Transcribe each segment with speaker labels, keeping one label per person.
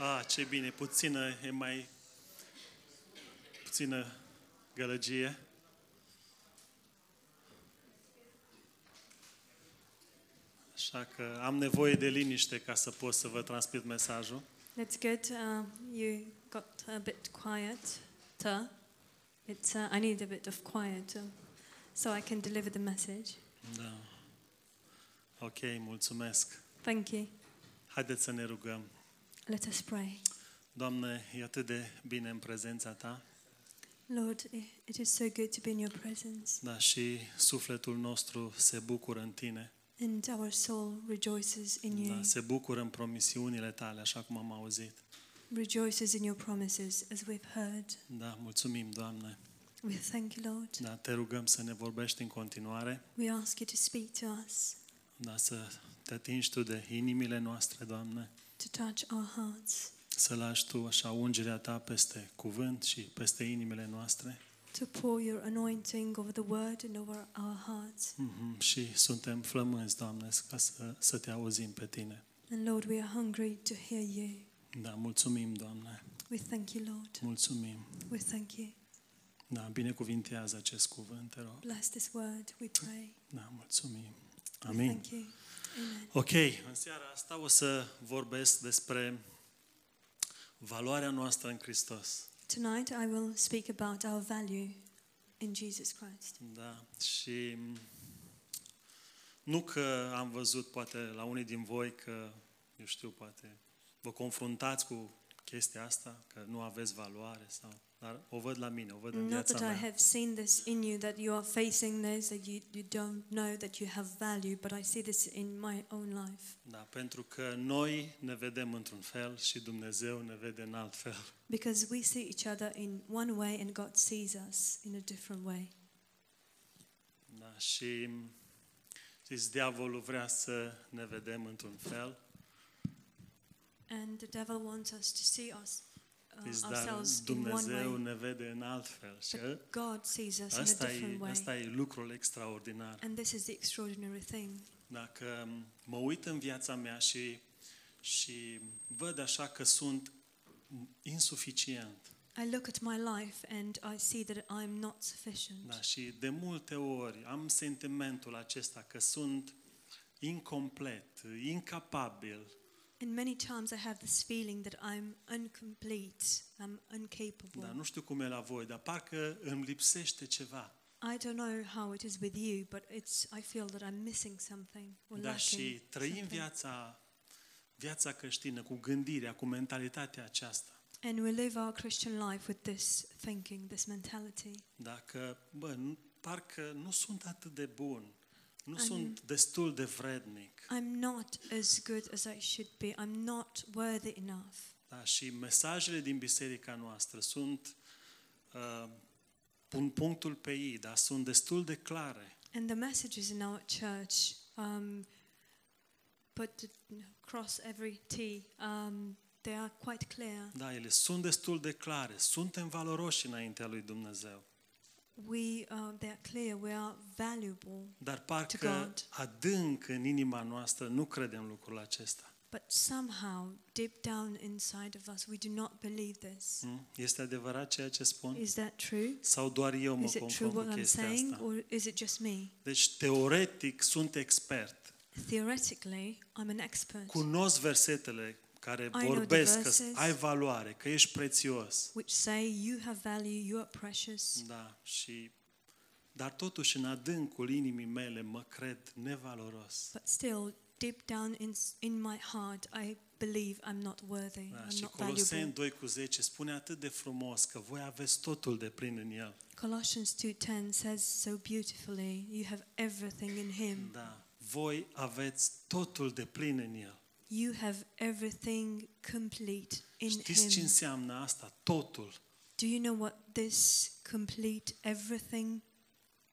Speaker 1: A, ce bine, puțină e mai... puțină gălăgie. Așa că am nevoie de liniște ca să pot să vă transmit mesajul.
Speaker 2: That's good. Uh, you got a bit quieter. It's, uh, I need a bit of quiet uh, so I can deliver the message.
Speaker 1: Da. Ok, mulțumesc.
Speaker 2: Thank you.
Speaker 1: Haideți să ne rugăm.
Speaker 2: Let us pray.
Speaker 1: Doamne, e atât de bine în prezența Ta,
Speaker 2: Lord, i- it is so good to be in your presence,
Speaker 1: dar și sufletul nostru se bucură în Tine.
Speaker 2: and our soul rejoices in you,
Speaker 1: Da, se bucură în promisiunile Tale, așa cum am auzit.
Speaker 2: rejoices in your promises, as we've heard.
Speaker 1: Da, mulțumim, Doamne.
Speaker 2: We thank you, Lord.
Speaker 1: Da, te rugăm să ne vorbești în continuare,
Speaker 2: We ask you to speak to us,
Speaker 1: da, să te atingi Tu de inimile noastre, Doamne,
Speaker 2: to touch our hearts,
Speaker 1: să lași Tu așa ungerea Ta peste cuvânt și peste inimile noastre.
Speaker 2: to pour your anointing over the word and over our hearts.
Speaker 1: Mhm, Și suntem flămânzi, Doamne, ca să, să Te auzim pe Tine.
Speaker 2: And Lord, we are hungry to hear you.
Speaker 1: Da, mulțumim, Doamne,
Speaker 2: We thank you, Lord.
Speaker 1: mulțumim.
Speaker 2: We thank you.
Speaker 1: Da, binecuvintează acest cuvânt, te rog.
Speaker 2: Bless this word, we pray.
Speaker 1: Da, mulțumim.
Speaker 2: We
Speaker 1: Amin.
Speaker 2: Thank you. Amen.
Speaker 1: Ok, în seara asta o să vorbesc despre valoarea noastră în Hristos.
Speaker 2: Tonight I will speak about our value in Jesus Christ.
Speaker 1: Da, și nu că am văzut, poate, la unii din voi că, eu știu, poate vă confruntați cu chestia asta, că nu aveți valoare sau... Dar o văd la mine, o văd în
Speaker 2: Not
Speaker 1: viața
Speaker 2: that I
Speaker 1: mea.
Speaker 2: have seen this in you, that you are facing this, that you, you don't know that you have value, but I see this in my own life.
Speaker 1: Da, pentru că noi ne vedem într-un fel și Dumnezeu ne vede în alt fel.
Speaker 2: Because we see each other in one way and God sees us in a different way.
Speaker 1: Da, și știți, diavolul vrea să ne vedem într-un fel,
Speaker 2: And the devil wants us to see us,
Speaker 1: știți,
Speaker 2: uh,
Speaker 1: dar
Speaker 2: ourselves in one
Speaker 1: Dumnezeu
Speaker 2: way,
Speaker 1: ne vede în alt fel. Și ă-
Speaker 2: but God sees us in a
Speaker 1: asta e,
Speaker 2: different way.
Speaker 1: asta e lucrul extraordinar.
Speaker 2: And this is the extraordinary thing.
Speaker 1: Dacă mă uit în viața mea și, și văd așa că sunt insuficient,
Speaker 2: I look at my life and I see that I'm not sufficient.
Speaker 1: da, și de multe ori am sentimentul acesta că sunt incomplet, incapabil,
Speaker 2: And many times I have this feeling that I'm incomplete, I'm incapable.
Speaker 1: Dar da, nu știu cum e la voi, dar parcă îmi lipsește ceva.
Speaker 2: I don't know how it is with you, but it's I feel that I'm missing something or
Speaker 1: Da, și
Speaker 2: lacking.
Speaker 1: trăim
Speaker 2: something.
Speaker 1: viața, viața creștină cu gândirea, cu mentalitatea aceasta.
Speaker 2: And we live our Christian life with this thinking, this mentality.
Speaker 1: Dacă, da, bă, nu- parcă nu sunt atât de bun, nu
Speaker 2: Am-
Speaker 1: sunt destul de vrednic.
Speaker 2: I'm not as good as I should be. I'm not worthy enough.
Speaker 1: Da, și mesajele din biserica noastră sunt, uh, pun punctul pe ei, dar sunt destul de clare.
Speaker 2: And the messages in our church um, put across every T. Um, they are quite clear.
Speaker 1: Da, ele sunt destul de clare. Suntem valoroși înaintea lui Dumnezeu.
Speaker 2: We uh, they are clear. We are valuable.
Speaker 1: Dar parcă
Speaker 2: God.
Speaker 1: adânc în inima noastră nu credem lucrul acesta.
Speaker 2: But somehow, deep down inside of us, we do not believe this.
Speaker 1: Mm? Este adevărat ceea ce spun?
Speaker 2: Is that true?
Speaker 1: Sau doar eu mă
Speaker 2: Is it true
Speaker 1: confrunt cu
Speaker 2: what I'm
Speaker 1: chestia
Speaker 2: saying,
Speaker 1: asta?
Speaker 2: or is it just me?
Speaker 1: Deci, teoretic, sunt expert.
Speaker 2: Theoretically, I'm an expert,
Speaker 1: Cunosc versetele care
Speaker 2: know the
Speaker 1: vorbesc că
Speaker 2: verses.
Speaker 1: ai valoare, că ești prețios.
Speaker 2: which say you have value, you are precious.
Speaker 1: Da, și... Dar totuși, în adâncul inimii mele, mă cred nevaloros.
Speaker 2: But still, deep down in, in my heart, I believe I'm not worthy,
Speaker 1: Da,
Speaker 2: I'm
Speaker 1: și
Speaker 2: not valuable.
Speaker 1: Coloseni 2 cu 10 spune atât de frumos că voi aveți totul de plin în el.
Speaker 2: Colossians 2.10 says so beautifully, you have everything in him.
Speaker 1: Da, voi aveți totul de plin în el.
Speaker 2: You have everything complete in
Speaker 1: Știți ce
Speaker 2: him.
Speaker 1: înseamnă asta? Totul.
Speaker 2: Do you know what this complete everything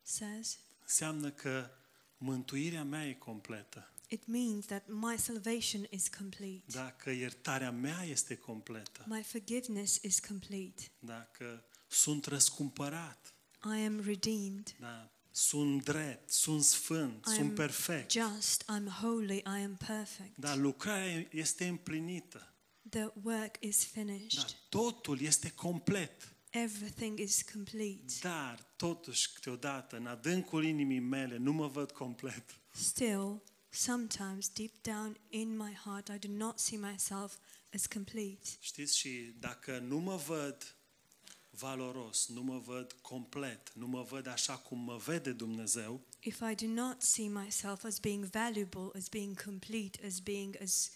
Speaker 2: says?
Speaker 1: Înseamnă că mântuirea mea e completă.
Speaker 2: It means that my salvation is complete.
Speaker 1: Dacă iertarea mea este completă.
Speaker 2: My forgiveness is complete.
Speaker 1: Dacă sunt răscumpărat.
Speaker 2: I am redeemed.
Speaker 1: Da, sunt drept, sunt sfânt,
Speaker 2: I
Speaker 1: sunt
Speaker 2: am
Speaker 1: perfect.
Speaker 2: Just, I'm holy, I am perfect.
Speaker 1: Dar lucrarea este împlinită.
Speaker 2: The work is
Speaker 1: Dar
Speaker 2: finished.
Speaker 1: totul este complet.
Speaker 2: Everything is complete.
Speaker 1: Dar, totuși, câteodată, în adâncul inimii mele, nu mă văd complet.
Speaker 2: Still, sometimes deep down in my heart, I do not see myself as complete.
Speaker 1: Știți, și dacă nu mă văd valoros, nu mă văd complet, nu mă văd așa cum mă vede Dumnezeu,
Speaker 2: If I do not see myself as being valuable, as being complete, as being as,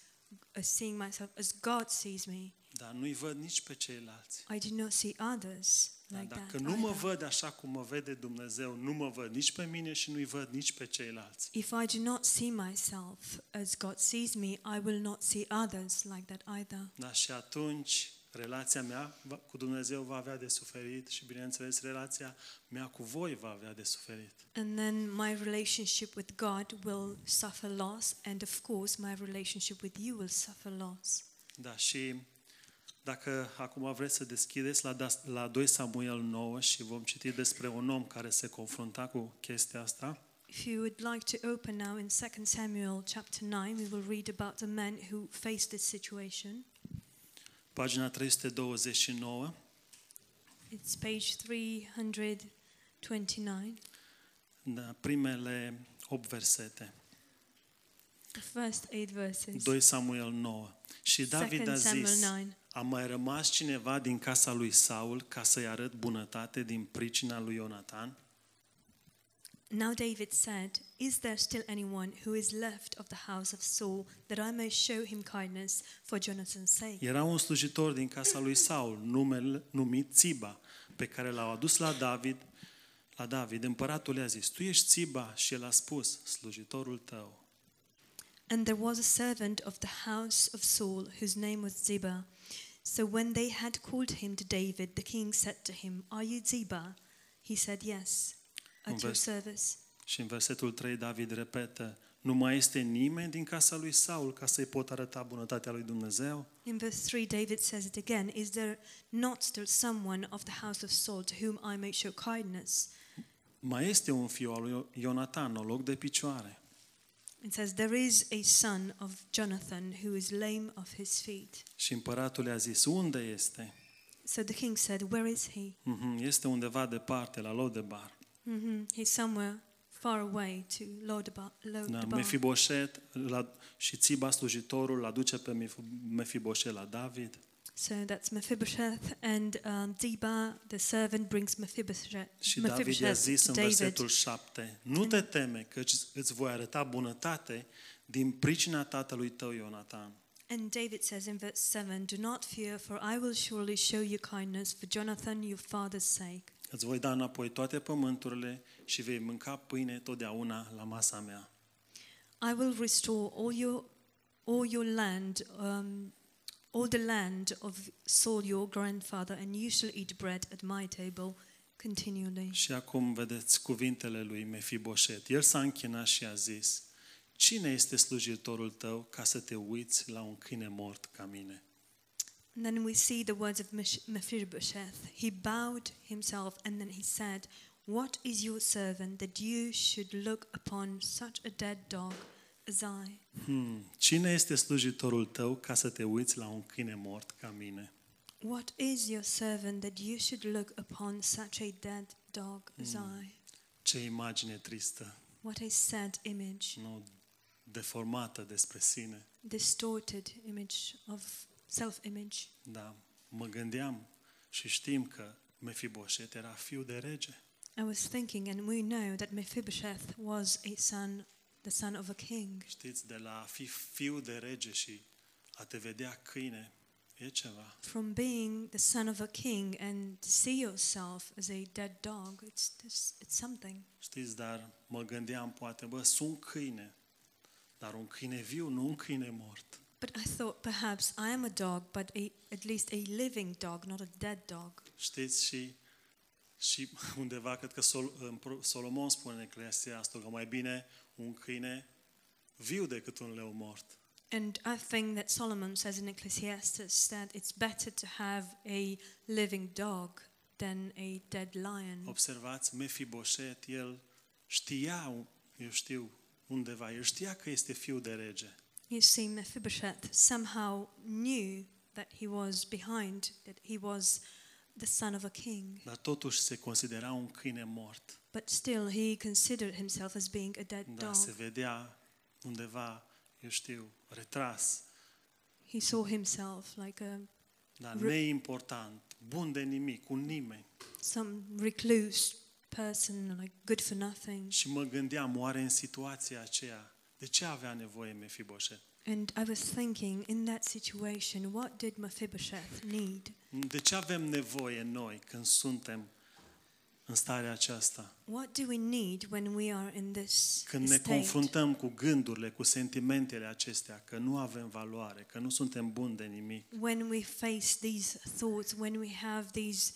Speaker 2: as seeing myself as God sees me,
Speaker 1: dar nu-i văd nici pe ceilalți.
Speaker 2: I do not see others
Speaker 1: Dar
Speaker 2: like
Speaker 1: dacă
Speaker 2: that.
Speaker 1: nu mă
Speaker 2: either.
Speaker 1: văd așa cum mă vede Dumnezeu, nu mă văd nici pe mine și nu-i văd nici pe ceilalți.
Speaker 2: If I do not see myself as God sees me, I will not see others like that either.
Speaker 1: Da, și atunci relația mea va- cu Dumnezeu va avea de suferit și, bineînțeles, relația mea cu voi va avea de suferit.
Speaker 2: And then my relationship with God will suffer loss, and of course, my relationship with you will suffer loss.
Speaker 1: Da, și dacă acum vreți să deschideți la, das- la 2 Samuel 9 și vom citi despre un om care se confrunta cu chestia asta,
Speaker 2: If you would like to open now in 2 Samuel chapter 9, we will read about a man who faced this situation.
Speaker 1: pagina 329,
Speaker 2: It's page 329,
Speaker 1: da, primele 8 versete.
Speaker 2: the first eight verses.
Speaker 1: 2 Samuel 9. Și David a
Speaker 2: 2 Deci Samuel
Speaker 1: zis,
Speaker 2: 9.
Speaker 1: a mai rămas cineva din casa lui Saul ca să-i arăt bunătate din pricina lui Ionatan?
Speaker 2: Now David said, Is there still anyone who is left of the house of Saul that I may show him kindness for Jonathan's sake?
Speaker 1: Era un slujitor din casa lui Saul, numel, numit Țiba, pe care l-au adus la David. La David, împăratul i-a zis, tu ești Țiba? Și el a spus, slujitorul tău.
Speaker 2: And there was a servant of the house of Saul whose name was Ziba. So when they had called him to David, the king said to him, Are you Ziba? He said, Yes, at your
Speaker 1: Convers-
Speaker 2: service.
Speaker 1: Și în versetul 3 David repetă, nu mai este nimeni din casa lui Saul ca să-i pot arăta bunătatea lui Dumnezeu?
Speaker 2: In verse 3, David says it again Is there not still someone of the house of Saul to whom I may show kindness?
Speaker 1: Mai este un fiu al lui Ionatan, o loc de picioare.
Speaker 2: It says, There is a son of Jonathan who is lame of his feet.
Speaker 1: Și împăratul i-a zis, unde este?
Speaker 2: So the king said, Where is he?
Speaker 1: Mhm, Este undeva departe, la Lodebar.
Speaker 2: hmm He's somewhere far away to Lodabar.
Speaker 1: Da,
Speaker 2: Lodabar.
Speaker 1: Mefiboset la, și Țiba, slujitorul, l aduce pe Mif- Mefiboset la David.
Speaker 2: So that's Mephibosheth, and um, Deba, the servant, brings Mephibosheth,
Speaker 1: Și David i-a
Speaker 2: Mephibosheth
Speaker 1: zis
Speaker 2: to
Speaker 1: în
Speaker 2: David.
Speaker 1: versetul 7, Nu te teme, că îți voi arăta bunătate din pricina tatălui tău, Ionatan.
Speaker 2: And David says in verse 7 Do not fear, for I will surely show you kindness for Jonathan, your father's sake.
Speaker 1: Îți voi da înapoi toate pământurile și vei mânca pâine totdeauna la masa mea.
Speaker 2: I will restore all your all your land, um, all the land of Saul your grandfather, and you shall eat bread at my table continually.
Speaker 1: Și acum vedeți cuvintele lui Mefiboset. El s-a închinat și a zis, Cine este slujitorul tău ca să te uiți la un câine mort ca mine?
Speaker 2: And then we see the words of Mesh- Mephibosheth. He bowed himself, and then he said, "What is your servant that you should look upon such a dead dog as I?"
Speaker 1: Hmm. Cine este slujitorul tău ca să te uiți la un câine mort ca mine?
Speaker 2: What is your servant that you should look upon such a dead dog as I?
Speaker 1: Ce imagine tristă,
Speaker 2: What a sad image.
Speaker 1: nu deformată despre sine.
Speaker 2: distorted image of self image.
Speaker 1: Da, mă gândeam și știm că Mefiboset era fiu de rege.
Speaker 2: I was thinking, and we know that Mephibosheth was a son, the son of a king.
Speaker 1: Știți, de la a fi fiu de rege și a te vedea câine, e ceva.
Speaker 2: From being the son of a king and to see yourself as a dead dog, it's, it's, it's something.
Speaker 1: Știți, dar mă gândeam poate, bă, sunt câine, dar un câine viu, nu un câine mort.
Speaker 2: But I thought perhaps I am a dog, but a, at least a living dog, not a dead dog.
Speaker 1: Știți, și, și undeva, cred că Sol, în Pro- Solomon spune în Eclesiastul că mai bine un câine viu decât un leu mort.
Speaker 2: And I think that Solomon says in Ecclesiastes that it's better to have a living dog than a dead lion.
Speaker 1: Observați, Mefiboset, el știa, eu știu, undeva, el știa că este fiu de rege.
Speaker 2: You see, Mephibosheth somehow knew that he was behind, that he was the son of a king.
Speaker 1: Dar totuși se considera un câine mort.
Speaker 2: But still, he considered himself as being a dead
Speaker 1: Dar
Speaker 2: dog.
Speaker 1: se vedea undeva, eu știu, retras,
Speaker 2: He saw himself like a,
Speaker 1: dar
Speaker 2: Re-
Speaker 1: neimportant, bun de nimic, un nimeni.
Speaker 2: some recluse person, like good for nothing.
Speaker 1: Și mă gândeam, oare în situația aceea, de ce avea nevoie Mefiboset?
Speaker 2: And I was thinking, in that situation, what did Mephibosheth need?
Speaker 1: De ce avem nevoie noi când suntem în starea aceasta?
Speaker 2: What do we need when we are in this
Speaker 1: Când ne
Speaker 2: state?
Speaker 1: confruntăm cu gândurile, cu sentimentele acestea, că nu avem valoare, că nu suntem buni de nimic,
Speaker 2: When we face these thoughts, when we have these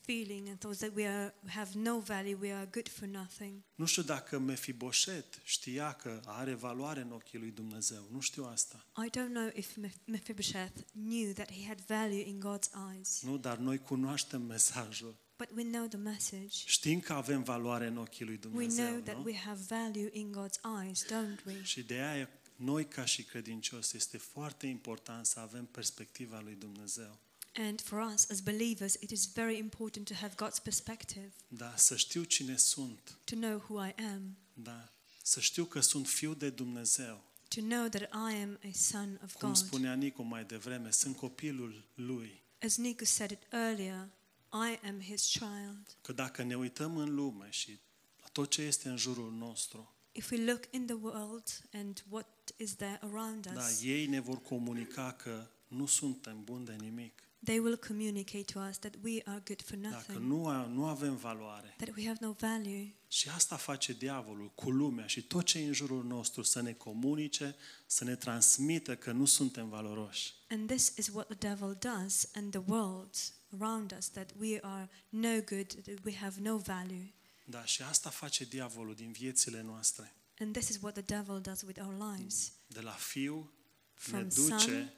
Speaker 2: feeling and thoughts that we are have no value, we are good for nothing.
Speaker 1: Nu știu dacă Mefiboset știa că are valoare în ochii lui Dumnezeu. Nu știu asta.
Speaker 2: I don't know if Meph- Mephibosheth knew that he had value in God's eyes,
Speaker 1: Nu, dar noi cunoaștem mesajul.
Speaker 2: but we know the message.
Speaker 1: Știm că avem valoare în ochii lui
Speaker 2: We know
Speaker 1: Dumnezeu,
Speaker 2: that
Speaker 1: nu?
Speaker 2: we have value in God's eyes, don't we?
Speaker 1: Și de aia noi ca și credincioși este foarte important să avem perspectiva lui Dumnezeu.
Speaker 2: And for us as believers, it is very important to have God's perspective,
Speaker 1: Da, să știu cine sunt.
Speaker 2: to know who I am,
Speaker 1: Da, să știu că sunt fiu de Dumnezeu.
Speaker 2: to know that I am a son of
Speaker 1: Cum
Speaker 2: God.
Speaker 1: spunea Nicu mai devreme, sunt copilul lui.
Speaker 2: As Nico said it earlier, I am his child.
Speaker 1: Că dacă ne uităm în lume și la tot ce este în jurul nostru,
Speaker 2: If we look in the world and what is there around
Speaker 1: Da,
Speaker 2: us,
Speaker 1: ei ne vor comunica că nu suntem buni de nimic.
Speaker 2: they will communicate to us that we are good for
Speaker 1: Da, că
Speaker 2: nothing,
Speaker 1: nu, a- nu avem valoare.
Speaker 2: that we have no value.
Speaker 1: Și asta face diavolul cu lumea și tot ce e în jurul nostru să ne comunice, să ne transmită că nu suntem valoroși.
Speaker 2: And this is what the devil does and the world around us that we are no good, that we have no value.
Speaker 1: Da, și asta face diavolul din viețile noastre.
Speaker 2: And this is what the devil does with our lives.
Speaker 1: De la fiu ne
Speaker 2: From son,
Speaker 1: duce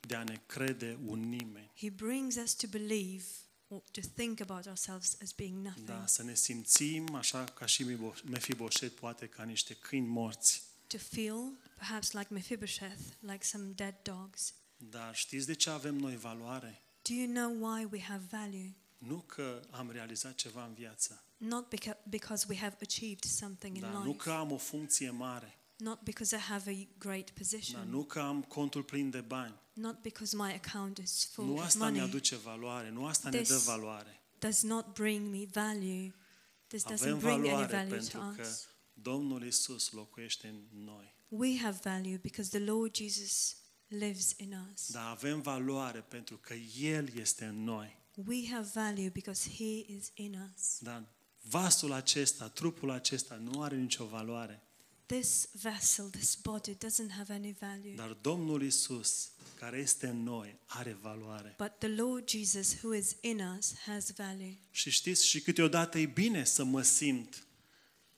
Speaker 1: de a ne crede un nimeni.
Speaker 2: he brings us to believe or to think about ourselves as being nothing,
Speaker 1: Da, să ne simțim așa ca și Mibo- Mefiboset, poate ca niște câini morți.
Speaker 2: to feel perhaps like Mephibosheth, like some dead dogs.
Speaker 1: Dar știți de ce avem noi valoare?
Speaker 2: Do you know why we have value?
Speaker 1: Nu că am realizat ceva în viață,
Speaker 2: Not beca- because we have achieved something in
Speaker 1: dar nu
Speaker 2: life,
Speaker 1: că am o funcție mare,
Speaker 2: not because I have a great position,
Speaker 1: dar nu că am contul plin de bani.
Speaker 2: not because my account is full
Speaker 1: Nu
Speaker 2: of
Speaker 1: asta ne
Speaker 2: money,
Speaker 1: aduce valoare, nu asta ne
Speaker 2: This
Speaker 1: dă valoare.
Speaker 2: does not bring me value. This
Speaker 1: Avem
Speaker 2: doesn't bring any
Speaker 1: valoare
Speaker 2: value to
Speaker 1: pentru că
Speaker 2: us.
Speaker 1: Domnul Isus locuiește în noi.
Speaker 2: We have value because the Lord Jesus lives in us.
Speaker 1: Dar avem valoare pentru că El este în noi.
Speaker 2: We have value because He is in us.
Speaker 1: Dar vasul acesta, trupul acesta nu are nicio valoare.
Speaker 2: This vessel, this body, doesn't have any value.
Speaker 1: Dar Domnul Isus, care este în noi, are valoare.
Speaker 2: But the Lord Jesus, who is in us, has value.
Speaker 1: Și știți, și câteodată e bine să mă simt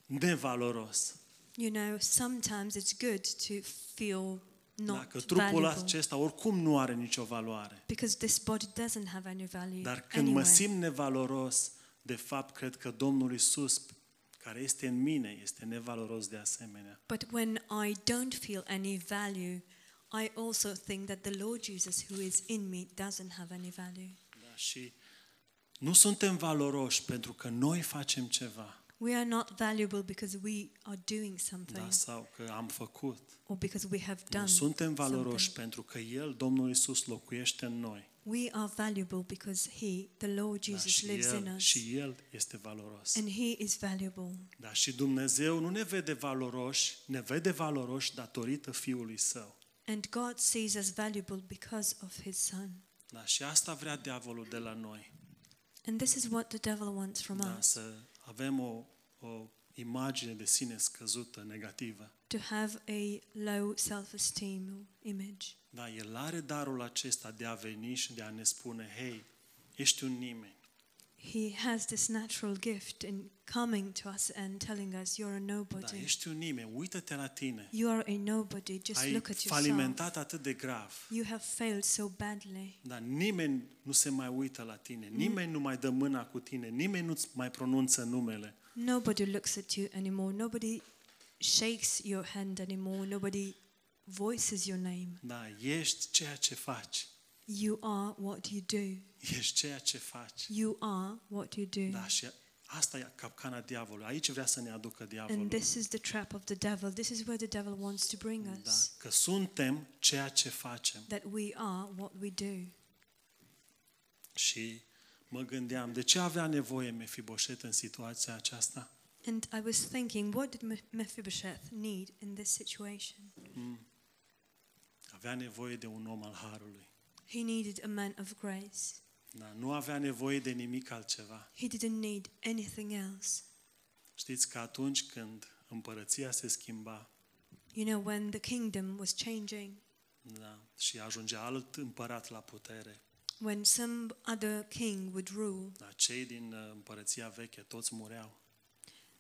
Speaker 1: nevaloros.
Speaker 2: You know, sometimes it's good to feel not
Speaker 1: Dacă trupul
Speaker 2: valuable
Speaker 1: acesta oricum nu are nicio valoare.
Speaker 2: because this body doesn't have any value.
Speaker 1: Dar când mă
Speaker 2: anyway.
Speaker 1: simt nevaloros, de fapt cred că Domnul Isus, care este în mine, este nevaloros de asemenea.
Speaker 2: But when I don't feel any value, I also think that the Lord Jesus, who is in me, doesn't have any value.
Speaker 1: Da? Și nu suntem valoroși pentru că noi facem ceva,
Speaker 2: We are not valuable because we are doing something
Speaker 1: da? sau că am făcut.
Speaker 2: or because we have
Speaker 1: Nu
Speaker 2: done
Speaker 1: suntem valoroși
Speaker 2: something.
Speaker 1: pentru că El, Domnul Isus, locuiește în noi.
Speaker 2: We are valuable because He, the Lord
Speaker 1: Da?
Speaker 2: Jesus,
Speaker 1: Și,
Speaker 2: lives in
Speaker 1: el,
Speaker 2: us.
Speaker 1: și El este valoros.
Speaker 2: And He is valuable.
Speaker 1: Da, și Dumnezeu nu ne vede valoroși, ne vede valoroși datorită Fiului Său.
Speaker 2: And God sees us valuable because of His Son.
Speaker 1: Da, și asta vrea diavolul de la noi.
Speaker 2: And this is what the devil wants from
Speaker 1: Da,
Speaker 2: us
Speaker 1: să avem o, o imagine de sine scăzută, negativă.
Speaker 2: to have a low self esteem image.
Speaker 1: Da, el are darul acesta de a veni și de a ne spune, hei, ești un nimeni.
Speaker 2: He has this natural gift in coming to us and telling us, You're a
Speaker 1: Da,
Speaker 2: nobody.
Speaker 1: ești un nimeni, uită-te la tine.
Speaker 2: You are a nobody. Just
Speaker 1: Ai
Speaker 2: look at yourself.
Speaker 1: falimentat atât de grav.
Speaker 2: You have failed so badly.
Speaker 1: Dar nimeni nu se mai uită la tine,
Speaker 2: Mm.
Speaker 1: nimeni nu mai dă mâna cu tine, nimeni nu-ți mai pronunță numele.
Speaker 2: Nobody looks at you anymore. Nobody shakes your hand anymore. Nobody voices your name.
Speaker 1: Da, ești ceea ce faci.
Speaker 2: You are what you do.
Speaker 1: Ești ceea ce faci.
Speaker 2: You are what you do.
Speaker 1: Da, și asta e capcana diavolului. Aici vrea să ne aducă diavolul.
Speaker 2: And this is the trap of the devil. This is where the devil wants to bring
Speaker 1: Da,
Speaker 2: us.
Speaker 1: că suntem ceea ce facem.
Speaker 2: That we are what we do.
Speaker 1: Și mă gândeam, de ce avea nevoie Mefiboset în situația aceasta?
Speaker 2: And I was thinking, what did Meph- Mephibosheth need in this situation?
Speaker 1: Avea nevoie de un om al harului.
Speaker 2: He needed a man of grace.
Speaker 1: Da, nu avea nevoie de nimic altceva.
Speaker 2: He didn't need anything else.
Speaker 1: Știți că atunci când împărăția se schimba
Speaker 2: You know, when the kingdom was changing,
Speaker 1: da, și ajungea alt împărat la putere,
Speaker 2: when some other king would rule,
Speaker 1: da, cei din uh, împărăția veche toți mureau.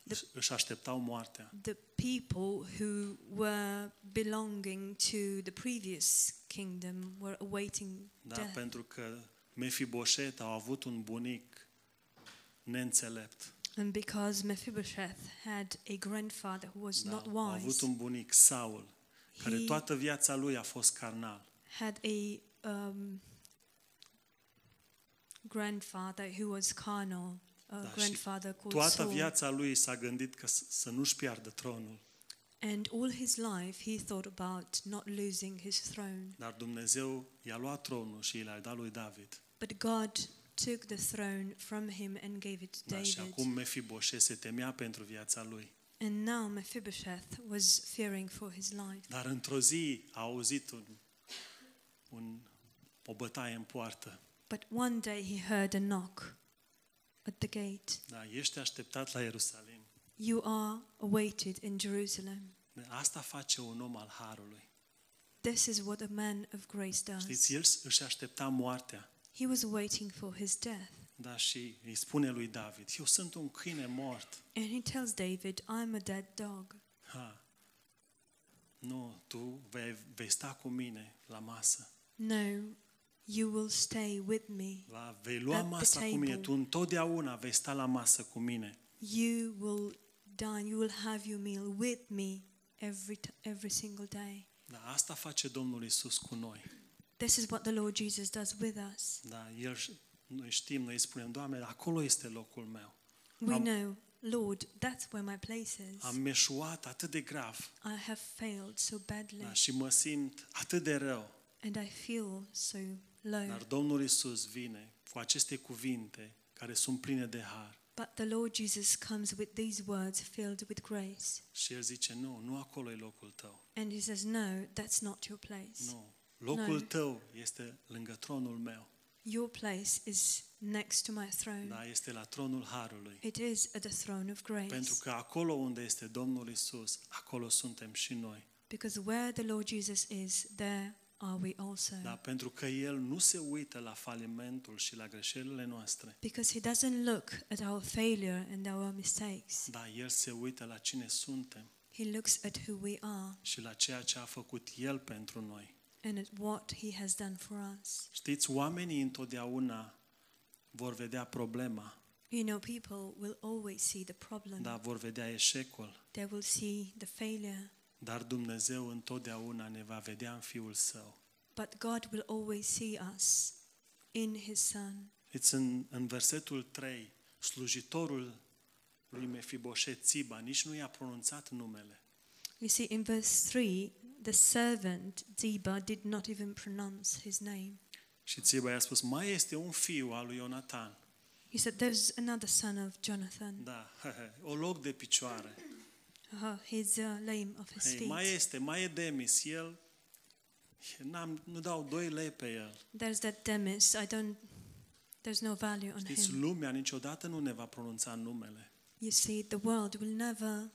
Speaker 1: Își- Își așteptau moartea.
Speaker 2: the people who were belonging to the previous kingdom were awaiting
Speaker 1: Da,
Speaker 2: death.
Speaker 1: pentru că Mefiboset au avut un bunic neînțelept.
Speaker 2: And because Mephibosheth had a grandfather who was
Speaker 1: Da,
Speaker 2: not
Speaker 1: au avut
Speaker 2: wise,
Speaker 1: un bunic, Saul, care
Speaker 2: he
Speaker 1: toată viața lui a fost carnal.
Speaker 2: had a um, grandfather who was carnal, a
Speaker 1: Da, și
Speaker 2: grandfather called
Speaker 1: Toată
Speaker 2: Oh, Saul.
Speaker 1: viața lui s-a gândit că s- să nu-și piardă tronul,
Speaker 2: And all his life he thought about not losing his throne.
Speaker 1: dar Dumnezeu i-a luat tronul și l-a dat lui David.
Speaker 2: But God took the throne from him and gave it to
Speaker 1: Da, și
Speaker 2: David.
Speaker 1: acum Mefiboset se temea pentru viața lui.
Speaker 2: And now Mephibosheth was fearing for his life.
Speaker 1: Dar într-o zi a auzit un, un, o bătaie în poartă.
Speaker 2: But one day he heard a knock at the gate.
Speaker 1: Da, ești așteptat la Ierusalim.
Speaker 2: You are awaited in Jerusalem.
Speaker 1: Asta face un om al harului.
Speaker 2: This is what a man of grace does.
Speaker 1: Știți, el își aștepta moartea.
Speaker 2: He was waiting for his death.
Speaker 1: Da, și îi spune lui David, eu sunt un câine mort.
Speaker 2: And he tells David, I'm a dead dog.
Speaker 1: Ha. Nu, tu vei, vei sta cu mine la masă.
Speaker 2: No, you will stay with me.
Speaker 1: La, vei lua
Speaker 2: At the
Speaker 1: masa cu mine.
Speaker 2: table.
Speaker 1: Tu întotdeauna vei sta la masă cu mine.
Speaker 2: You will dine, you will have your meal with me every, t- every single day.
Speaker 1: Da, asta face Domnul Isus cu noi.
Speaker 2: This is what the Lord Jesus does with us.
Speaker 1: Da, el, ș- noi știm, noi îi spunem, Doamne, acolo este locul meu.
Speaker 2: We
Speaker 1: Am-
Speaker 2: know, Lord, that's where my place is.
Speaker 1: Am meșuat atât de grav
Speaker 2: I have failed so badly
Speaker 1: da, și mă simt atât de rău.
Speaker 2: and I feel so low.
Speaker 1: Dar Domnul Isus vine cu aceste cuvinte care sunt pline de har.
Speaker 2: But the Lord Jesus comes with these words filled with grace.
Speaker 1: Și El zice, nu, nu acolo e locul tău.
Speaker 2: And he says, No, that's not your place.
Speaker 1: Nu. Locul
Speaker 2: Nu.
Speaker 1: tău este lângă tronul meu.
Speaker 2: Your place is next to my throne.
Speaker 1: Da, este la tronul harului.
Speaker 2: It is at the throne of grace.
Speaker 1: Pentru că acolo unde este Domnul Isus, acolo suntem și noi.
Speaker 2: Because where the Lord Jesus is, there are we also.
Speaker 1: Da, pentru că El nu se uită la falimentul și la greșelile noastre,
Speaker 2: Because he doesn't look at our failure and our mistakes.
Speaker 1: dar El se uită la cine suntem
Speaker 2: He looks at who we are
Speaker 1: și la ceea ce a făcut El pentru noi.
Speaker 2: and at what He has done for us.
Speaker 1: Știți, oamenii întotdeauna vor vedea problema,
Speaker 2: You know, people will always see the problem,
Speaker 1: da, vor vedea eșecul,
Speaker 2: they will see the failure,
Speaker 1: dar Dumnezeu întotdeauna ne va vedea în Fiul Său.
Speaker 2: but God will always see us in His Son.
Speaker 1: Știți, Deci în, în versetul 3, slujitorul lui Mefiboset Țiba nici nu i-a pronunțat numele.
Speaker 2: You see, in verse 3, the servant Ziba did not even pronounce his name.
Speaker 1: Și Țiba i-a spus, mai este un fiu al lui Ionatan.
Speaker 2: He said, There's another son of Jonathan.
Speaker 1: Da, o loc de picioare.
Speaker 2: Uh, he's uh, lame of his
Speaker 1: Hei, mai
Speaker 2: feet.
Speaker 1: este, mai e Demis, el, n-am, nu dau doi lei pe el.
Speaker 2: There's that Demis. I don't, there's no value on
Speaker 1: Știți,
Speaker 2: him.
Speaker 1: Deci lumea niciodată nu ne va pronunța numele.
Speaker 2: You see, the world will never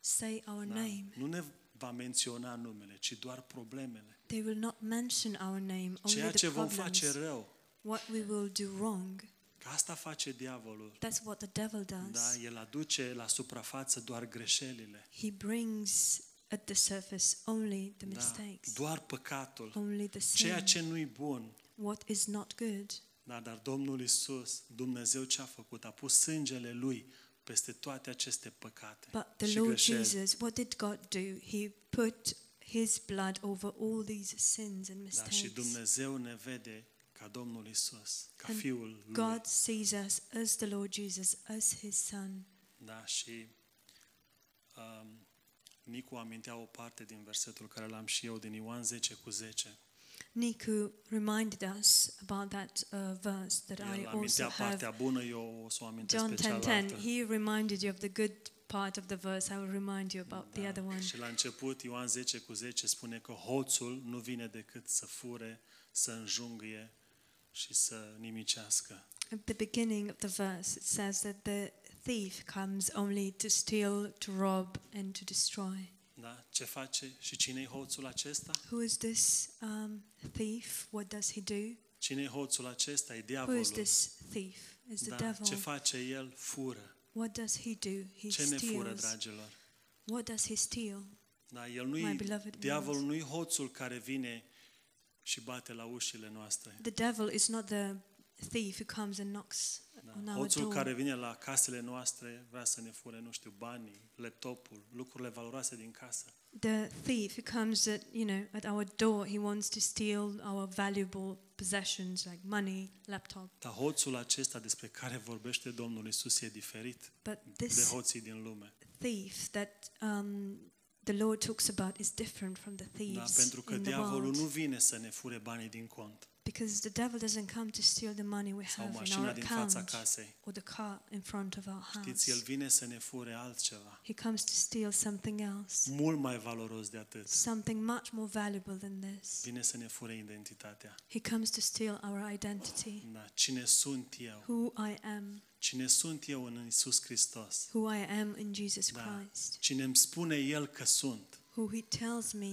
Speaker 2: say our
Speaker 1: Da?
Speaker 2: name.
Speaker 1: Nu ne va menționa numele, ci doar problemele.
Speaker 2: They will not mention our name, only
Speaker 1: Ceea ce
Speaker 2: the
Speaker 1: vom face
Speaker 2: problems,
Speaker 1: rău,
Speaker 2: what we will do wrong.
Speaker 1: că asta face diavolul.
Speaker 2: That's what the devil does.
Speaker 1: Da, e- el aduce la suprafață doar greșelile.
Speaker 2: He brings at the surface only the
Speaker 1: Da,
Speaker 2: mistakes,
Speaker 1: doar păcatul,
Speaker 2: only the sin,
Speaker 1: ceea ce nu-i bun.
Speaker 2: what is not good.
Speaker 1: Da, dar Domnul Isus, Dumnezeu ce a făcut? A pus sângele Lui peste toate aceste păcate
Speaker 2: But the
Speaker 1: și
Speaker 2: Lord
Speaker 1: greșeli.
Speaker 2: Jesus, what did God do? He put his blood over all these sins and
Speaker 1: Da, și
Speaker 2: mistakes.
Speaker 1: Dumnezeu ne vede ca Domnul Isus, ca
Speaker 2: And
Speaker 1: Fiul Lui.
Speaker 2: God sees us as the Lord Jesus, as his son.
Speaker 1: Da, și um, Nicu amintea o parte din versetul care l-am și eu, din Ioan 10 cu 10.
Speaker 2: Niku reminded us about that uh, verse that
Speaker 1: El
Speaker 2: I also
Speaker 1: amintea
Speaker 2: have.
Speaker 1: partea bună, eu o să o amintesc
Speaker 2: John
Speaker 1: pe
Speaker 2: 10:10.
Speaker 1: cealaltă.
Speaker 2: He reminded you of the good part of the verse. I will remind you about the other one.
Speaker 1: Da. Și la început, Ioan 10 cu 10 spune că hoțul nu vine decât să fure, să înjungâie și să nimicească.
Speaker 2: At the beginning of the verse, it says that the thief comes only to steal, to rob, and to destroy.
Speaker 1: Da? Ce face și cine e hoțul acesta?
Speaker 2: Who is this um, thief? What does he do?
Speaker 1: Cine e hoțul acesta? E
Speaker 2: Who
Speaker 1: diavolul.
Speaker 2: is this thief? It's the
Speaker 1: Da?
Speaker 2: devil.
Speaker 1: Ce face el? Fură.
Speaker 2: What does he do? He
Speaker 1: Ce ne fură,
Speaker 2: steals.
Speaker 1: dragilor?
Speaker 2: What does he steal?
Speaker 1: Da? El
Speaker 2: My
Speaker 1: nu
Speaker 2: beloved
Speaker 1: diavolul nu e hoțul care vine și bate la ușile noastre.
Speaker 2: The devil is not the thief who comes and knocks on
Speaker 1: Da?
Speaker 2: our
Speaker 1: Hoțul
Speaker 2: door.
Speaker 1: care vine la casele noastre vrea să ne fure, nu știu, banii, laptopul, lucrurile valoroase din casă.
Speaker 2: The thief who comes at you know at our door, he wants to steal our valuable possessions like money, laptop.
Speaker 1: Dar hoțul acesta despre care vorbește Domnul Isus e diferit
Speaker 2: But
Speaker 1: de
Speaker 2: this
Speaker 1: hoții din lume.
Speaker 2: thief that um, the Lord talks about is different from the
Speaker 1: Da?
Speaker 2: thieves
Speaker 1: Pentru că
Speaker 2: in the
Speaker 1: diavolul nu
Speaker 2: world.
Speaker 1: vine să ne fure banii din cont
Speaker 2: Because the devil doesn't come to steal the money we
Speaker 1: sau
Speaker 2: have in our
Speaker 1: mașina din fața
Speaker 2: account Ah.
Speaker 1: casei.
Speaker 2: or the car in front of our
Speaker 1: Știți, el
Speaker 2: house.
Speaker 1: vine să ne fure altceva,
Speaker 2: He comes to steal something else,
Speaker 1: mult mai valoros de atât.
Speaker 2: something much more valuable than this.
Speaker 1: Vine să ne fure identitatea.
Speaker 2: He comes to steal our identity,
Speaker 1: Da, cine sunt eu?
Speaker 2: who I am,
Speaker 1: Cine sunt eu în Isus Hristos?
Speaker 2: who I am in Jesus
Speaker 1: Da.
Speaker 2: Christ,
Speaker 1: Cine îmi spune El că sunt?
Speaker 2: who he tells me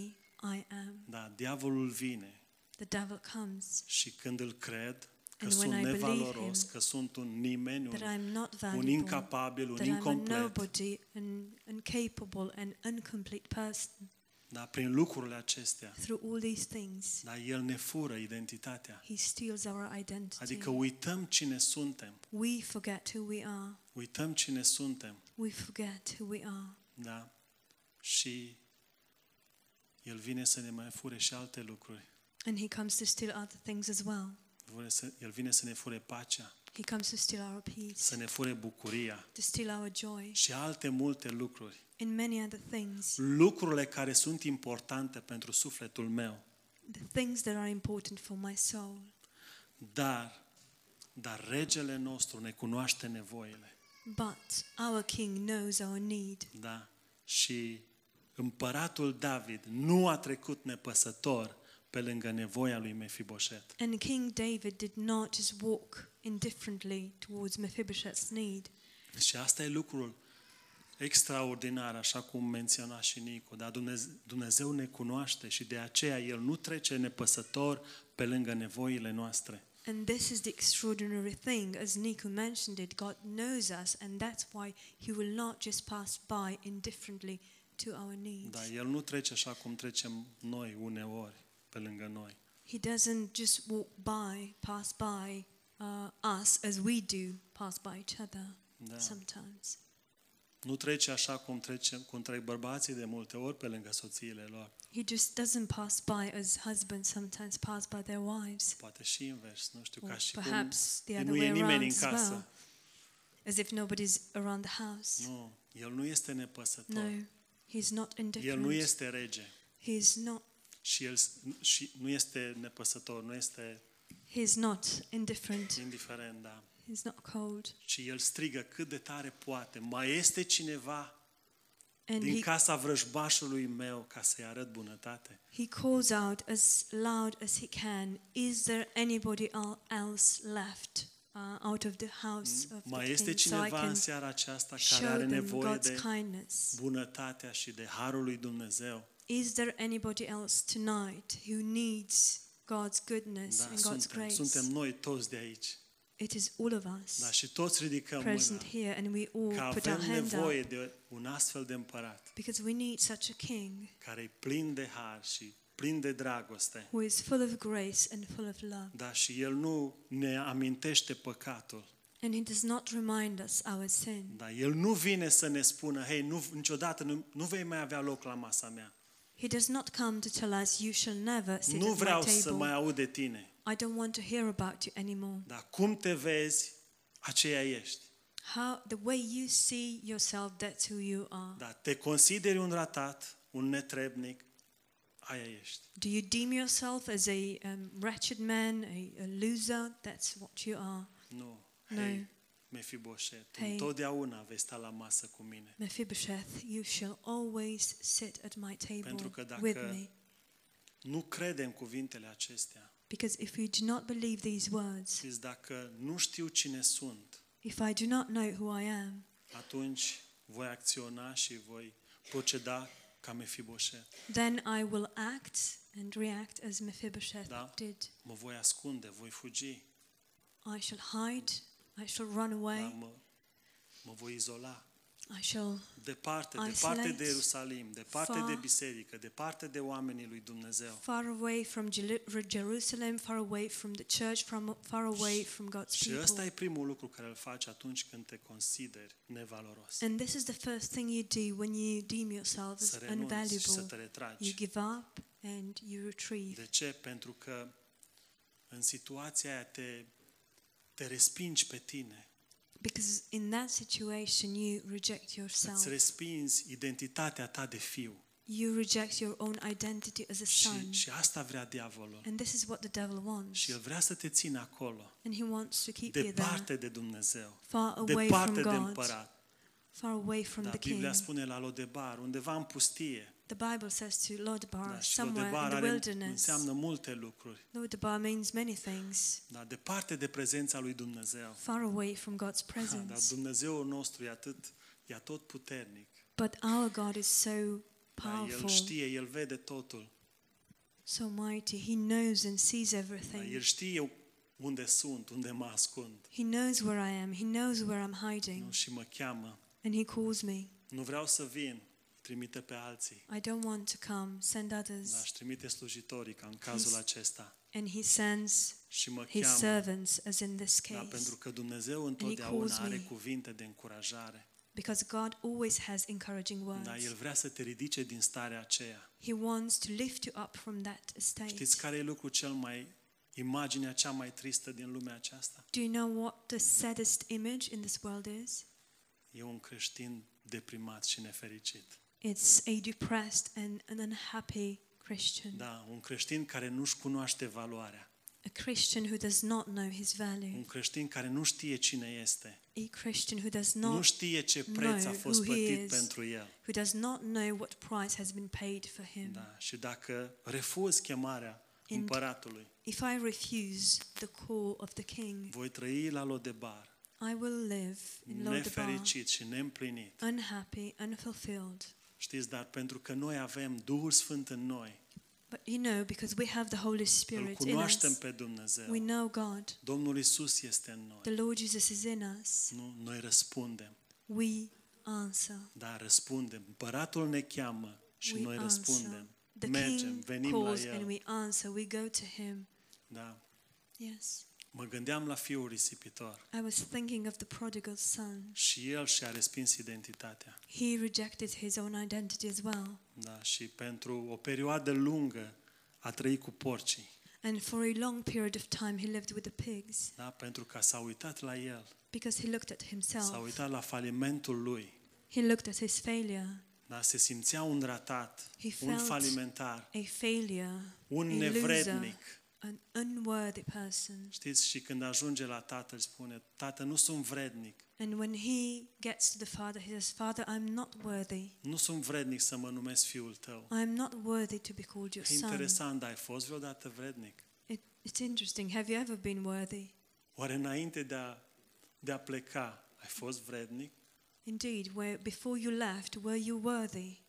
Speaker 2: I am.
Speaker 1: Da, diavolul vine
Speaker 2: The devil comes
Speaker 1: și când îl cred că
Speaker 2: And
Speaker 1: sunt
Speaker 2: when I believe
Speaker 1: nevaloros,
Speaker 2: him,
Speaker 1: că sunt un nimeni,
Speaker 2: that
Speaker 1: un,
Speaker 2: I'm not
Speaker 1: un
Speaker 2: valuable,
Speaker 1: incapabil, un
Speaker 2: that I'm a
Speaker 1: incomplet,
Speaker 2: nobody, an incapable and incomplete person.
Speaker 1: Da, prin lucrurile acestea.
Speaker 2: Through all these things,
Speaker 1: Dar El ne fură identitatea.
Speaker 2: he steals our identity.
Speaker 1: Adică uităm cine suntem.
Speaker 2: We forget who we are.
Speaker 1: Uităm cine suntem.
Speaker 2: We forget who we are.
Speaker 1: Da? Și El vine să ne mai fure și alte lucruri.
Speaker 2: And he comes to steal other things as well.
Speaker 1: Vine să- El vine să ne fure pacea,
Speaker 2: He comes to steal our
Speaker 1: să
Speaker 2: peace,
Speaker 1: ne fure bucuria
Speaker 2: to steal our joy,
Speaker 1: și alte multe lucruri.
Speaker 2: and many other things.
Speaker 1: Lucrurile care sunt importante pentru sufletul meu.
Speaker 2: The things that are important for my soul.
Speaker 1: Dar, dar regele nostru ne cunoaște nevoile.
Speaker 2: But our King knows our need.
Speaker 1: Da? Și împăratul David nu a trecut nepăsător pe lângă nevoia lui Mefiboset.
Speaker 2: And King David did not just walk indifferently towards Mephibosheth's need.
Speaker 1: Și asta e lucrul extraordinar, așa cum menționa și Nicu, dar Dumnezeu, Dumnezeu ne cunoaște și de aceea El nu trece nepăsător pe lângă nevoile noastre.
Speaker 2: And this is the extraordinary thing, as Nico mentioned it, God knows us, and that's why He will not just pass by indifferently to our needs.
Speaker 1: Da, El nu trece așa cum trecem noi uneori pe lângă noi.
Speaker 2: He doesn't just walk by, pass by uh, us as we do pass by each other
Speaker 1: Da.
Speaker 2: sometimes.
Speaker 1: Nu trece așa cum, trece, cum trec bărbații de multe ori pe lângă soțiile lor.
Speaker 2: He just doesn't pass by as husbands sometimes pass by their wives,
Speaker 1: Poate și invers, nu știu,
Speaker 2: or
Speaker 1: ca și cum
Speaker 2: perhaps the other
Speaker 1: nu
Speaker 2: way
Speaker 1: e nimeni
Speaker 2: around
Speaker 1: în
Speaker 2: as well,
Speaker 1: casă.
Speaker 2: as if nobody's around the house.
Speaker 1: Nu, El nu este nepăsător.
Speaker 2: No, he's not
Speaker 1: El nu
Speaker 2: indifferent.
Speaker 1: este rege
Speaker 2: He's not
Speaker 1: și El s- și nu este nepăsător, nu este
Speaker 2: He's not indifferent.
Speaker 1: Mm. indiferent, da.
Speaker 2: He's not cold.
Speaker 1: Și el strigă cât de tare poate. Mai este cineva
Speaker 2: And
Speaker 1: din
Speaker 2: he,
Speaker 1: casa vrăjbașului meu ca să-i arăt bunătate?
Speaker 2: he calls out as loud as he can Is there anybody el- else left uh, out of the house of
Speaker 1: Mai
Speaker 2: the
Speaker 1: este
Speaker 2: king so
Speaker 1: Mm.
Speaker 2: I
Speaker 1: cineva
Speaker 2: can
Speaker 1: în seara aceasta care
Speaker 2: show
Speaker 1: are
Speaker 2: them
Speaker 1: nevoie
Speaker 2: God's
Speaker 1: de
Speaker 2: kindness?
Speaker 1: bunătatea și de harul lui Dumnezeu?
Speaker 2: Is there anybody else tonight who needs God's goodness
Speaker 1: Da,
Speaker 2: and God's
Speaker 1: suntem,
Speaker 2: grace?
Speaker 1: suntem noi toți de aici.
Speaker 2: It is all of
Speaker 1: Da,
Speaker 2: us
Speaker 1: și toți ridicăm
Speaker 2: present
Speaker 1: mâna
Speaker 2: here, and we all
Speaker 1: că
Speaker 2: put our
Speaker 1: avem
Speaker 2: hand up
Speaker 1: nevoie de un astfel de împărat
Speaker 2: because we need such a king
Speaker 1: care e plin de har și plin de dragoste.
Speaker 2: who is full of grace and full of love.
Speaker 1: Da, și el nu ne amintește păcatul.
Speaker 2: And he does not remind us our sin.
Speaker 1: Da, el nu vine să ne spună, hei, nu, niciodată nu, nu vei mai avea loc la masa mea.
Speaker 2: He does not come to tell us, You shall never sit
Speaker 1: nu
Speaker 2: at my
Speaker 1: vreau să mai
Speaker 2: table.
Speaker 1: aud de tine.
Speaker 2: I don't want to hear about you anymore.
Speaker 1: Dar cum te vezi, aceea ești.
Speaker 2: How the way you see yourself, that's who you are.
Speaker 1: Dar te consideri un ratat, un netrebnic, aia ești.
Speaker 2: Do you deem yourself as a um, wretched man, a, a loser? That's what you are.
Speaker 1: Nu.
Speaker 2: No.
Speaker 1: Hei, Mefiboset,
Speaker 2: Hei.
Speaker 1: întotdeauna vei sta la masă cu mine.
Speaker 2: Mephibosheth, you shall always sit at my table
Speaker 1: Pentru că dacă-
Speaker 2: with me.
Speaker 1: Nu crede în cuvintele acestea.
Speaker 2: Because if you do not believe these words,
Speaker 1: Știți, dacă nu știu cine sunt,
Speaker 2: if I do not know who I am,
Speaker 1: atunci voi acționa și voi proceda ca Mefiboset.
Speaker 2: then I will act and react as Mephibosheth
Speaker 1: Da.
Speaker 2: did.
Speaker 1: Mă voi ascunde, voi fugi,
Speaker 2: I shall hide, I shall run away,
Speaker 1: dar mă, mă voi izola.
Speaker 2: I shall
Speaker 1: Departe,
Speaker 2: Isolate.
Speaker 1: departe de Ierusalim, departe
Speaker 2: Far.
Speaker 1: de biserică, departe de oamenii lui Dumnezeu.
Speaker 2: far away from Jelu- Jerusalem, far away from the church, from far away from God's
Speaker 1: Și
Speaker 2: people.
Speaker 1: ăsta e primul lucru care îl faci atunci când te consideri nevaloros.
Speaker 2: And this is the first thing you do when you deem yourself
Speaker 1: Să
Speaker 2: as
Speaker 1: renunți și să
Speaker 2: unvaluable.
Speaker 1: te
Speaker 2: You
Speaker 1: retragi.
Speaker 2: give up and you retrieve.
Speaker 1: De ce? Pentru că în situația aia te, te respingi pe tine,
Speaker 2: Because in that situation, you reject yourself.
Speaker 1: îți respingi identitatea ta de fiu.
Speaker 2: You reject your own identity as a son.
Speaker 1: Și, și asta vrea diavolul.
Speaker 2: And this is what the devil
Speaker 1: Și
Speaker 2: wants.
Speaker 1: el vrea să te țină acolo,
Speaker 2: And he wants to keep you there,
Speaker 1: departe de Dumnezeu,
Speaker 2: far da. away from
Speaker 1: departe de
Speaker 2: God,
Speaker 1: împărat.
Speaker 2: far away from
Speaker 1: Dar
Speaker 2: the king.
Speaker 1: Biblia spune la Lodebar, undeva în pustie.
Speaker 2: The Bible says to
Speaker 1: Da,
Speaker 2: Lodabar,
Speaker 1: și
Speaker 2: somewhere in
Speaker 1: Lodebar
Speaker 2: the
Speaker 1: are,
Speaker 2: wilderness.
Speaker 1: înseamnă multe lucruri,
Speaker 2: Lodabar means many things,
Speaker 1: dar departe de prezența lui Dumnezeu.
Speaker 2: far away from God's
Speaker 1: Da, Dar
Speaker 2: presence.
Speaker 1: Dumnezeul nostru e atât, e tot puternic.
Speaker 2: But our God is so
Speaker 1: Da, El
Speaker 2: powerful,
Speaker 1: știe, El vede totul.
Speaker 2: so mighty. He knows and sees
Speaker 1: Da, El
Speaker 2: everything.
Speaker 1: știe unde sunt, unde mă ascund.
Speaker 2: He knows where I am. He knows where I'm
Speaker 1: Nu?
Speaker 2: hiding.
Speaker 1: Și mă cheamă.
Speaker 2: And he calls me.
Speaker 1: Nu vreau să vin, trimite pe alții.
Speaker 2: I don't want to come. Send
Speaker 1: Da,
Speaker 2: others.
Speaker 1: și trimite slujitorii ca în cazul
Speaker 2: His-
Speaker 1: acesta.
Speaker 2: And he sends
Speaker 1: Și mă
Speaker 2: his
Speaker 1: cheamă.
Speaker 2: servants, as in this
Speaker 1: Da, pentru
Speaker 2: case.
Speaker 1: că Dumnezeu întotdeauna
Speaker 2: calls
Speaker 1: are
Speaker 2: me.
Speaker 1: cuvinte de încurajare.
Speaker 2: Because God always has encouraging
Speaker 1: Dar El
Speaker 2: words.
Speaker 1: vrea să te ridice din starea aceea.
Speaker 2: He wants to lift you up from that state.
Speaker 1: Știți care e lucrul cel mai imaginea cea mai tristă din lumea aceasta?
Speaker 2: Do you know what the saddest image in this world is?
Speaker 1: E un creștin deprimat și nefericit.
Speaker 2: It's a depressed and an unhappy Christian.
Speaker 1: Da, un creștin care nu-și cunoaște valoarea,
Speaker 2: A Christian who does not know his value.
Speaker 1: un creștin care nu știe cine este,
Speaker 2: A Christian who does
Speaker 1: nu
Speaker 2: not
Speaker 1: știe ce preț a
Speaker 2: know
Speaker 1: fost
Speaker 2: who he
Speaker 1: plătit
Speaker 2: is.
Speaker 1: pentru el.
Speaker 2: who does not know what price has been paid for him.
Speaker 1: Da, și dacă refuzi chemarea
Speaker 2: And-
Speaker 1: împăratului,
Speaker 2: If I refuse the call of the king,
Speaker 1: voi trăi la Lodebar,
Speaker 2: I will live in Lodabar,
Speaker 1: nefericit și neîmplinit.
Speaker 2: unhappy, unfulfilled.
Speaker 1: Știți, dar pentru că noi avem Duhul Sfânt în noi,
Speaker 2: But you know, because we have the Holy
Speaker 1: îl
Speaker 2: Spirit in
Speaker 1: cunoaștem
Speaker 2: us,
Speaker 1: pe
Speaker 2: we
Speaker 1: Dumnezeu,
Speaker 2: know God.
Speaker 1: Domnul Isus este în noi.
Speaker 2: The Lord Jesus is in us.
Speaker 1: Nu, noi răspundem,
Speaker 2: We answer.
Speaker 1: da, răspundem. Împăratul ne cheamă și
Speaker 2: We
Speaker 1: noi
Speaker 2: answer.
Speaker 1: răspundem.
Speaker 2: The
Speaker 1: Mergem,
Speaker 2: King
Speaker 1: venim la
Speaker 2: calls and
Speaker 1: el.
Speaker 2: we answer. We go to Him.
Speaker 1: Da.
Speaker 2: Yes.
Speaker 1: Mă gândeam la fiul risipitor
Speaker 2: I was thinking of the prodigal son.
Speaker 1: și el și-a respins identitatea.
Speaker 2: He rejected his own identity as well.
Speaker 1: Da, și pentru o perioadă lungă a trăit cu porcii,
Speaker 2: And for a long period of time, he lived with the pigs
Speaker 1: da, pentru că s-a uitat la el,
Speaker 2: because he looked at
Speaker 1: s-a
Speaker 2: himself.
Speaker 1: uitat la falimentul lui.
Speaker 2: He looked at his failure,
Speaker 1: Da, se simțea un ratat,
Speaker 2: He
Speaker 1: un
Speaker 2: felt-
Speaker 1: falimentar,
Speaker 2: a failure,
Speaker 1: un
Speaker 2: a loser,
Speaker 1: nevrednic.
Speaker 2: an unworthy person.
Speaker 1: Știți, și când ajunge la tatăl spune, tată, nu sunt vrednic,
Speaker 2: And when he gets to the father, he says, Father, I'm not worthy.
Speaker 1: nu sunt vrednic să mă numesc fiul tău.
Speaker 2: I'm not worthy to be called your
Speaker 1: E
Speaker 2: son.
Speaker 1: interesant, dar ai fost vreodată vrednic?
Speaker 2: It, it's interesting. Have you ever been worthy?
Speaker 1: Oare înainte de a, de a pleca, ai fost vrednic?
Speaker 2: Indeed, where before you left, were you worthy?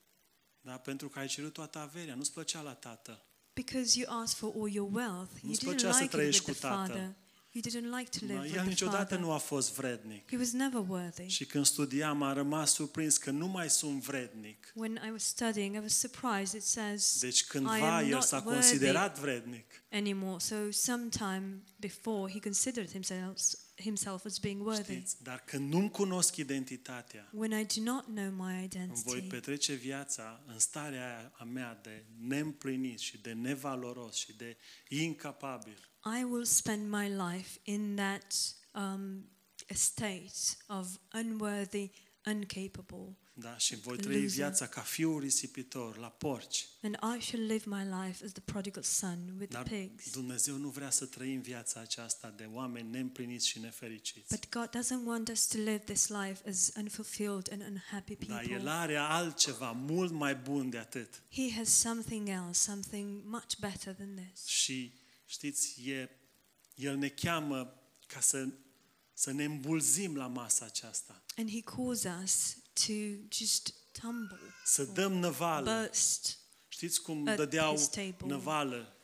Speaker 1: Da, pentru că ai cerut toată averea, nu-ți plăcea la tatăl.
Speaker 2: Because you asked for all your wealth. You
Speaker 1: Nu-ți
Speaker 2: didn't
Speaker 1: plăcea să
Speaker 2: like it
Speaker 1: trăiești
Speaker 2: with
Speaker 1: cu
Speaker 2: the
Speaker 1: tatăl.
Speaker 2: father. You didn't like to live
Speaker 1: Da, el
Speaker 2: with the
Speaker 1: niciodată
Speaker 2: father.
Speaker 1: nu a fost vrednic.
Speaker 2: He was never worthy.
Speaker 1: Și când studiam, am rămas surprins că nu mai sunt vrednic.
Speaker 2: When I was studying, I was surprised. It says
Speaker 1: Deci
Speaker 2: I
Speaker 1: cândva
Speaker 2: am
Speaker 1: el
Speaker 2: not
Speaker 1: s-a
Speaker 2: worthy.
Speaker 1: considerat vrednic.
Speaker 2: anymore. So, sometime before, he considered himself himself as being worthy.
Speaker 1: Știți? Dar când nu-mi cunosc identitatea,
Speaker 2: When I do not know my
Speaker 1: îmi voi
Speaker 2: identity,
Speaker 1: petrece viața în starea aia a mea de neîmplinit și de nevaloros și de incapabil.
Speaker 2: I will spend my life in that um, state of unworthy, incapable,
Speaker 1: Da? Și voi trăi
Speaker 2: Loser.
Speaker 1: viața ca fiul risipitor, la porci.
Speaker 2: and I shall live my life as the prodigal son with the
Speaker 1: Dar
Speaker 2: pigs.
Speaker 1: Dumnezeu nu vrea să trăim viața aceasta de oameni neîmpliniți și nefericiți.
Speaker 2: But God doesn't want us to live this life as unfulfilled and unhappy
Speaker 1: Dar El
Speaker 2: people.
Speaker 1: are altceva mult mai bun de atât.
Speaker 2: He has something else, something much better than this.
Speaker 1: Și știți, e, El ne cheamă ca să, să ne îmbulzim la masa aceasta.
Speaker 2: And He calls us to just tumble,
Speaker 1: Să dăm năvală.
Speaker 2: burst.
Speaker 1: Știți cum
Speaker 2: at
Speaker 1: dădeau
Speaker 2: his table.
Speaker 1: năvală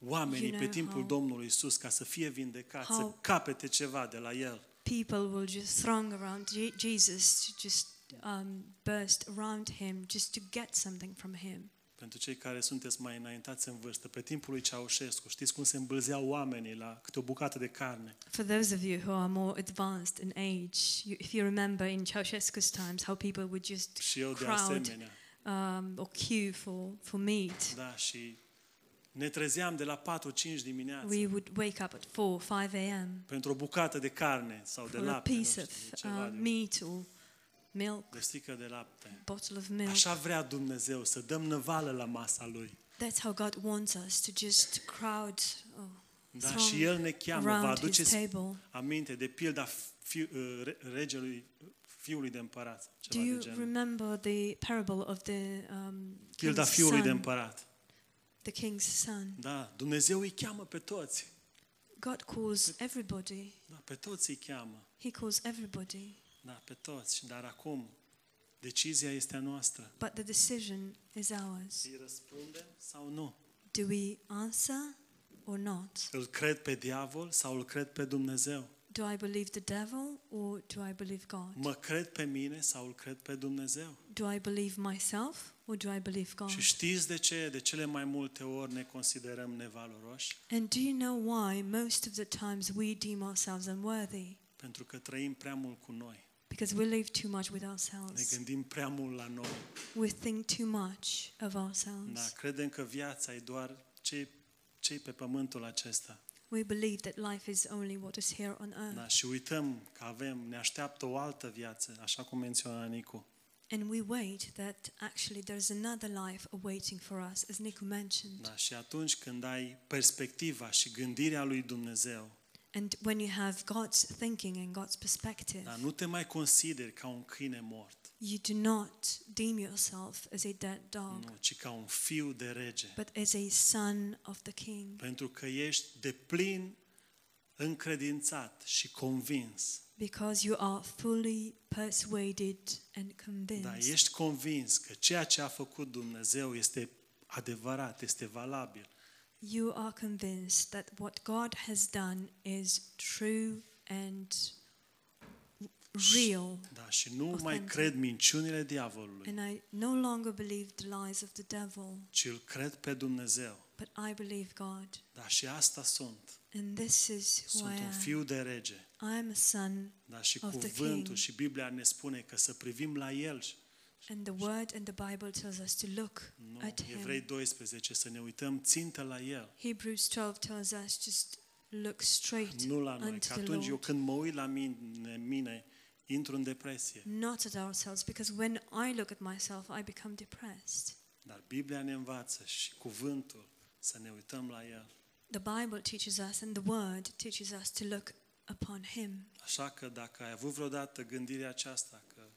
Speaker 1: oamenii
Speaker 2: You
Speaker 1: pe
Speaker 2: know
Speaker 1: timpul
Speaker 2: how-
Speaker 1: Domnului Isus ca să fie vindecați, să
Speaker 2: how-
Speaker 1: capete ceva de la El.
Speaker 2: People will just throng around Je- Jesus to just um, burst around Him just to get something from Him.
Speaker 1: Pentru cei care sunteți mai înaintați în vârstă, pe timpul lui Ceaușescu, știți cum se îmbâlzeau oamenii la câte o bucată de carne?
Speaker 2: For those of you who are more advanced in age, you, if you remember in Ceausescu's times how people would just
Speaker 1: Și eu de
Speaker 2: crowd
Speaker 1: asemenea.
Speaker 2: um, or queue for, for meat.
Speaker 1: Da, și ne trezeam de la 4-5 dimineața
Speaker 2: We would wake up at 4, 5 a.m.
Speaker 1: pentru o bucată de carne sau de
Speaker 2: for a
Speaker 1: lapte, nu
Speaker 2: piece
Speaker 1: știu,
Speaker 2: of
Speaker 1: ceva
Speaker 2: uh,
Speaker 1: de,
Speaker 2: meat or milk,
Speaker 1: de sticlă de lapte.
Speaker 2: bottle of milk.
Speaker 1: Așa vrea Dumnezeu, să dăm năvală la masa Lui.
Speaker 2: That's how God wants us to just crowd oh,
Speaker 1: Da,
Speaker 2: throng
Speaker 1: și El ne cheamă, vă
Speaker 2: around His
Speaker 1: aduceți
Speaker 2: table.
Speaker 1: aminte de pilda fi, uh, re- regelui, fiului de împărat,
Speaker 2: Do
Speaker 1: ceva de
Speaker 2: you
Speaker 1: genul.
Speaker 2: remember the parable of the um,
Speaker 1: Pilda
Speaker 2: king's
Speaker 1: fiului de
Speaker 2: son,
Speaker 1: împărat.
Speaker 2: the king's son?
Speaker 1: Da, Dumnezeu îi cheamă pe toți.
Speaker 2: God calls everybody.
Speaker 1: Da, pe toți îi cheamă.
Speaker 2: He calls everybody,
Speaker 1: Da, pe toți. Dar acum, decizia este a noastră.
Speaker 2: but the decision is ours.
Speaker 1: Îi răspundem sau nu?
Speaker 2: Do we answer or not?
Speaker 1: Îl cred pe diavol sau îl cred pe Dumnezeu?
Speaker 2: Do I believe the devil or do I believe God?
Speaker 1: Mă cred pe mine sau îl cred pe Dumnezeu?
Speaker 2: Do I believe myself or do I believe God?
Speaker 1: Și știți de ce? De cele mai multe ori ne considerăm nevaloroși?
Speaker 2: And do you know why most of the times we deem ourselves unworthy?
Speaker 1: Pentru că trăim prea mult cu noi.
Speaker 2: Because we live too much with
Speaker 1: Ne
Speaker 2: ourselves.
Speaker 1: gândim prea mult la noi.
Speaker 2: We think too much of
Speaker 1: Da,
Speaker 2: ourselves.
Speaker 1: credem că viața e doar ce cei pe pământul acesta.
Speaker 2: We believe that life is only what is here on earth.
Speaker 1: Da, și uităm că avem, ne așteaptă o altă viață, așa cum menționa Nicu.
Speaker 2: And we wait that actually there's another life awaiting for us, as Nico mentioned.
Speaker 1: Da, și atunci când ai perspectiva și gândirea lui Dumnezeu,
Speaker 2: And when you have God's thinking and God's perspective,
Speaker 1: da, nu te mai consideri ca un câine mort,
Speaker 2: you do not deem yourself as a dead dog,
Speaker 1: nu, ci ca un fiu de rege,
Speaker 2: but as a son of the king,
Speaker 1: pentru că ești de plin încredințat și convins.
Speaker 2: because you are fully persuaded and
Speaker 1: Da,
Speaker 2: convinced.
Speaker 1: ești convins că ceea ce a făcut Dumnezeu este adevărat, este valabil.
Speaker 2: You are convinced that what God has done is true and real.
Speaker 1: Da, și nu mai
Speaker 2: Authentic.
Speaker 1: cred minciunile diavolului,
Speaker 2: And I no longer believe the lies of the devil,
Speaker 1: ci îl cred pe Dumnezeu.
Speaker 2: but I believe God.
Speaker 1: Da, și asta sunt.
Speaker 2: And this is who I
Speaker 1: Sunt un
Speaker 2: am.
Speaker 1: fiu de rege.
Speaker 2: I am a son,
Speaker 1: Da, și
Speaker 2: Of the
Speaker 1: cuvântul
Speaker 2: King.
Speaker 1: și Biblia ne spune că să privim la El.
Speaker 2: and the word and the Bible tells us to look
Speaker 1: Nu,
Speaker 2: at
Speaker 1: Evrei
Speaker 2: him.
Speaker 1: 12, să ne uităm țintă la El,
Speaker 2: Hebrews 12 tells us just look straight
Speaker 1: nu la noi. Că
Speaker 2: unto the
Speaker 1: atunci eu
Speaker 2: Lord,
Speaker 1: când mă uit la mine, mine intru în depresie.
Speaker 2: not at ourselves, because when I look at myself, I become depressed.
Speaker 1: Dar Biblia ne învață și cuvântul să ne uităm la El.
Speaker 2: The Bible teaches us, and the Word teaches us to look upon Him.
Speaker 1: Așa că dacă ai avut vreodată gândirea aceasta că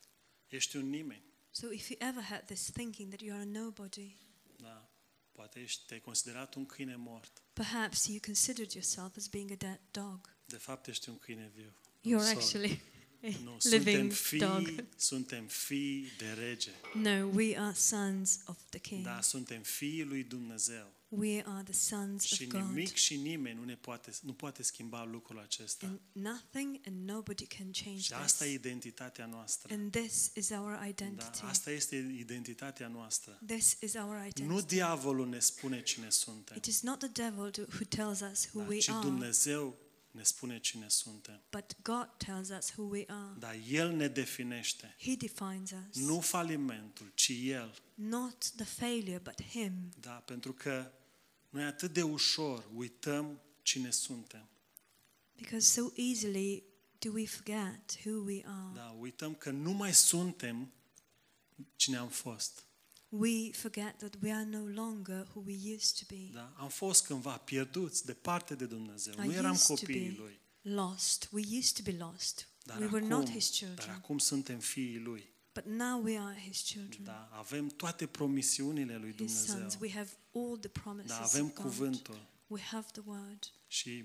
Speaker 1: ești un nimeni,
Speaker 2: So, if you ever had this thinking that you are a nobody,
Speaker 1: da, poate ești, te-ai considerat un câine mort.
Speaker 2: perhaps you considered yourself as being a dead dog.
Speaker 1: De fapt ești un câine viu.
Speaker 2: You're
Speaker 1: Sorry.
Speaker 2: actually a
Speaker 1: nu, suntem
Speaker 2: living
Speaker 1: fii,
Speaker 2: dog.
Speaker 1: suntem fii de rege.
Speaker 2: No, we are sons of the King.
Speaker 1: Da, suntem fiii lui Dumnezeu
Speaker 2: We are the sons
Speaker 1: și
Speaker 2: of God.
Speaker 1: nimic și nimeni nu ne poate nu poate schimba lucrul acesta.
Speaker 2: And nothing and nobody can change
Speaker 1: Și asta e
Speaker 2: this.
Speaker 1: identitatea noastră.
Speaker 2: And this is our
Speaker 1: Da,
Speaker 2: identity.
Speaker 1: asta este identitatea noastră.
Speaker 2: This is our identity.
Speaker 1: Nu diavolul ne spune cine suntem,
Speaker 2: It is not the devil to- who tells us who
Speaker 1: da,
Speaker 2: we
Speaker 1: ci
Speaker 2: are,
Speaker 1: Dumnezeu ne spune cine suntem.
Speaker 2: but God tells us who we are.
Speaker 1: Dar El ne definește.
Speaker 2: He defines us.
Speaker 1: Nu falimentul, ci El.
Speaker 2: Not the failure, but Him.
Speaker 1: Da, pentru că noi atât de ușor uităm cine suntem.
Speaker 2: Because so easily do we forget who we are.
Speaker 1: Da, uităm că nu mai suntem cine am fost.
Speaker 2: We forget that we are no longer who we used to be.
Speaker 1: Da? Am fost cândva pierduți, departe de Dumnezeu.
Speaker 2: I
Speaker 1: Nu eram
Speaker 2: used to
Speaker 1: copiii
Speaker 2: be
Speaker 1: Lui.
Speaker 2: lost. We used to be lost.
Speaker 1: Dar,
Speaker 2: we were
Speaker 1: acum,
Speaker 2: not his
Speaker 1: dar
Speaker 2: children.
Speaker 1: acum suntem fiii Lui.
Speaker 2: But now we are his children,
Speaker 1: Da? Avem toate promisiunile Lui
Speaker 2: his sons.
Speaker 1: Dumnezeu.
Speaker 2: We have all the promises
Speaker 1: Da? Avem
Speaker 2: of God.
Speaker 1: cuvântul
Speaker 2: We have the word.
Speaker 1: și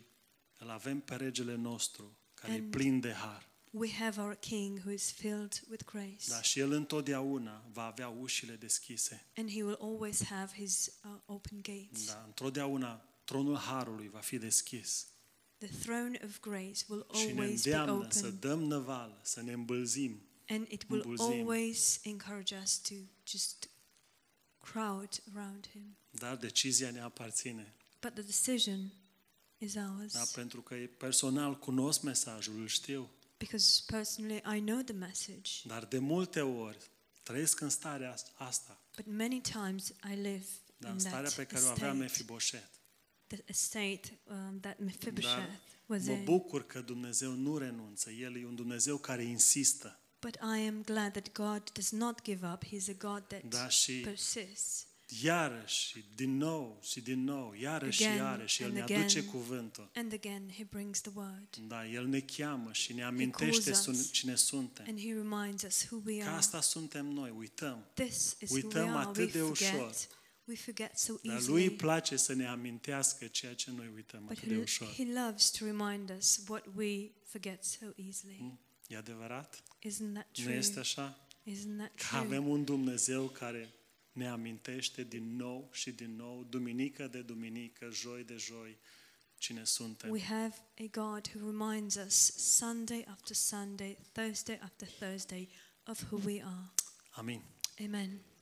Speaker 1: îl avem pe regele nostru, care e
Speaker 2: And-
Speaker 1: plin de har.
Speaker 2: We have our king who is filled with grace.
Speaker 1: Da? Și El întotdeauna va avea ușile deschise.
Speaker 2: And he will always have his uh, open gates.
Speaker 1: Da? Întotdeauna tronul harului va fi deschis
Speaker 2: The throne of grace will
Speaker 1: și ne
Speaker 2: always be
Speaker 1: îndeamnă să
Speaker 2: open.
Speaker 1: dăm năvală, să ne îmbălzim
Speaker 2: And it will
Speaker 1: îmbulzim.
Speaker 2: always encourage us to just crowd around him.
Speaker 1: Dar Da, decizia ne aparține.
Speaker 2: But the decision is ours.
Speaker 1: Da? Pentru că personal cunosc mesajul, îl știu.
Speaker 2: Because personally, I know the message,
Speaker 1: Dar de multe ori trăiesc în starea asta,
Speaker 2: but many times I live
Speaker 1: da?
Speaker 2: in
Speaker 1: în starea
Speaker 2: that
Speaker 1: pe care o avea
Speaker 2: state,
Speaker 1: Mefiboset.
Speaker 2: the estate um, that Mephibosheth was
Speaker 1: Mă
Speaker 2: in.
Speaker 1: bucur că Dumnezeu nu renunță. El e un Dumnezeu care insistă.
Speaker 2: But I am glad that God does not give up. He's a God that
Speaker 1: Da? Și
Speaker 2: Păi- persists.
Speaker 1: iarăși, și din nou, și din nou, iarăși, și
Speaker 2: Again
Speaker 1: iarăși, și El
Speaker 2: and
Speaker 1: ne
Speaker 2: again.
Speaker 1: aduce cuvântul.
Speaker 2: And again, He brings the word
Speaker 1: Da, El ne cheamă și ne amintește
Speaker 2: calls us.
Speaker 1: sun- cine suntem.
Speaker 2: and He reminds us who we
Speaker 1: Că
Speaker 2: are.
Speaker 1: asta suntem noi, uităm.
Speaker 2: This is who we
Speaker 1: Uităm
Speaker 2: are. We
Speaker 1: atât de
Speaker 2: forget.
Speaker 1: ușor.
Speaker 2: We forget so
Speaker 1: Dar lui îi
Speaker 2: easily.
Speaker 1: place să ne amintească ceea ce noi uităm
Speaker 2: But
Speaker 1: atât de
Speaker 2: he,
Speaker 1: ușor.
Speaker 2: he loves to remind us what we forget so easily.
Speaker 1: E adevărat?
Speaker 2: Isn't that
Speaker 1: Nu
Speaker 2: true?
Speaker 1: este așa?
Speaker 2: Isn't that
Speaker 1: Că
Speaker 2: true?
Speaker 1: avem un Dumnezeu care ne amintește din nou și din nou, duminică de duminică, joi de joi, cine
Speaker 2: We
Speaker 1: suntem.
Speaker 2: have a God who reminds us Sunday after Sunday, Thursday after Thursday of who we are.
Speaker 1: Amin.
Speaker 2: Amen.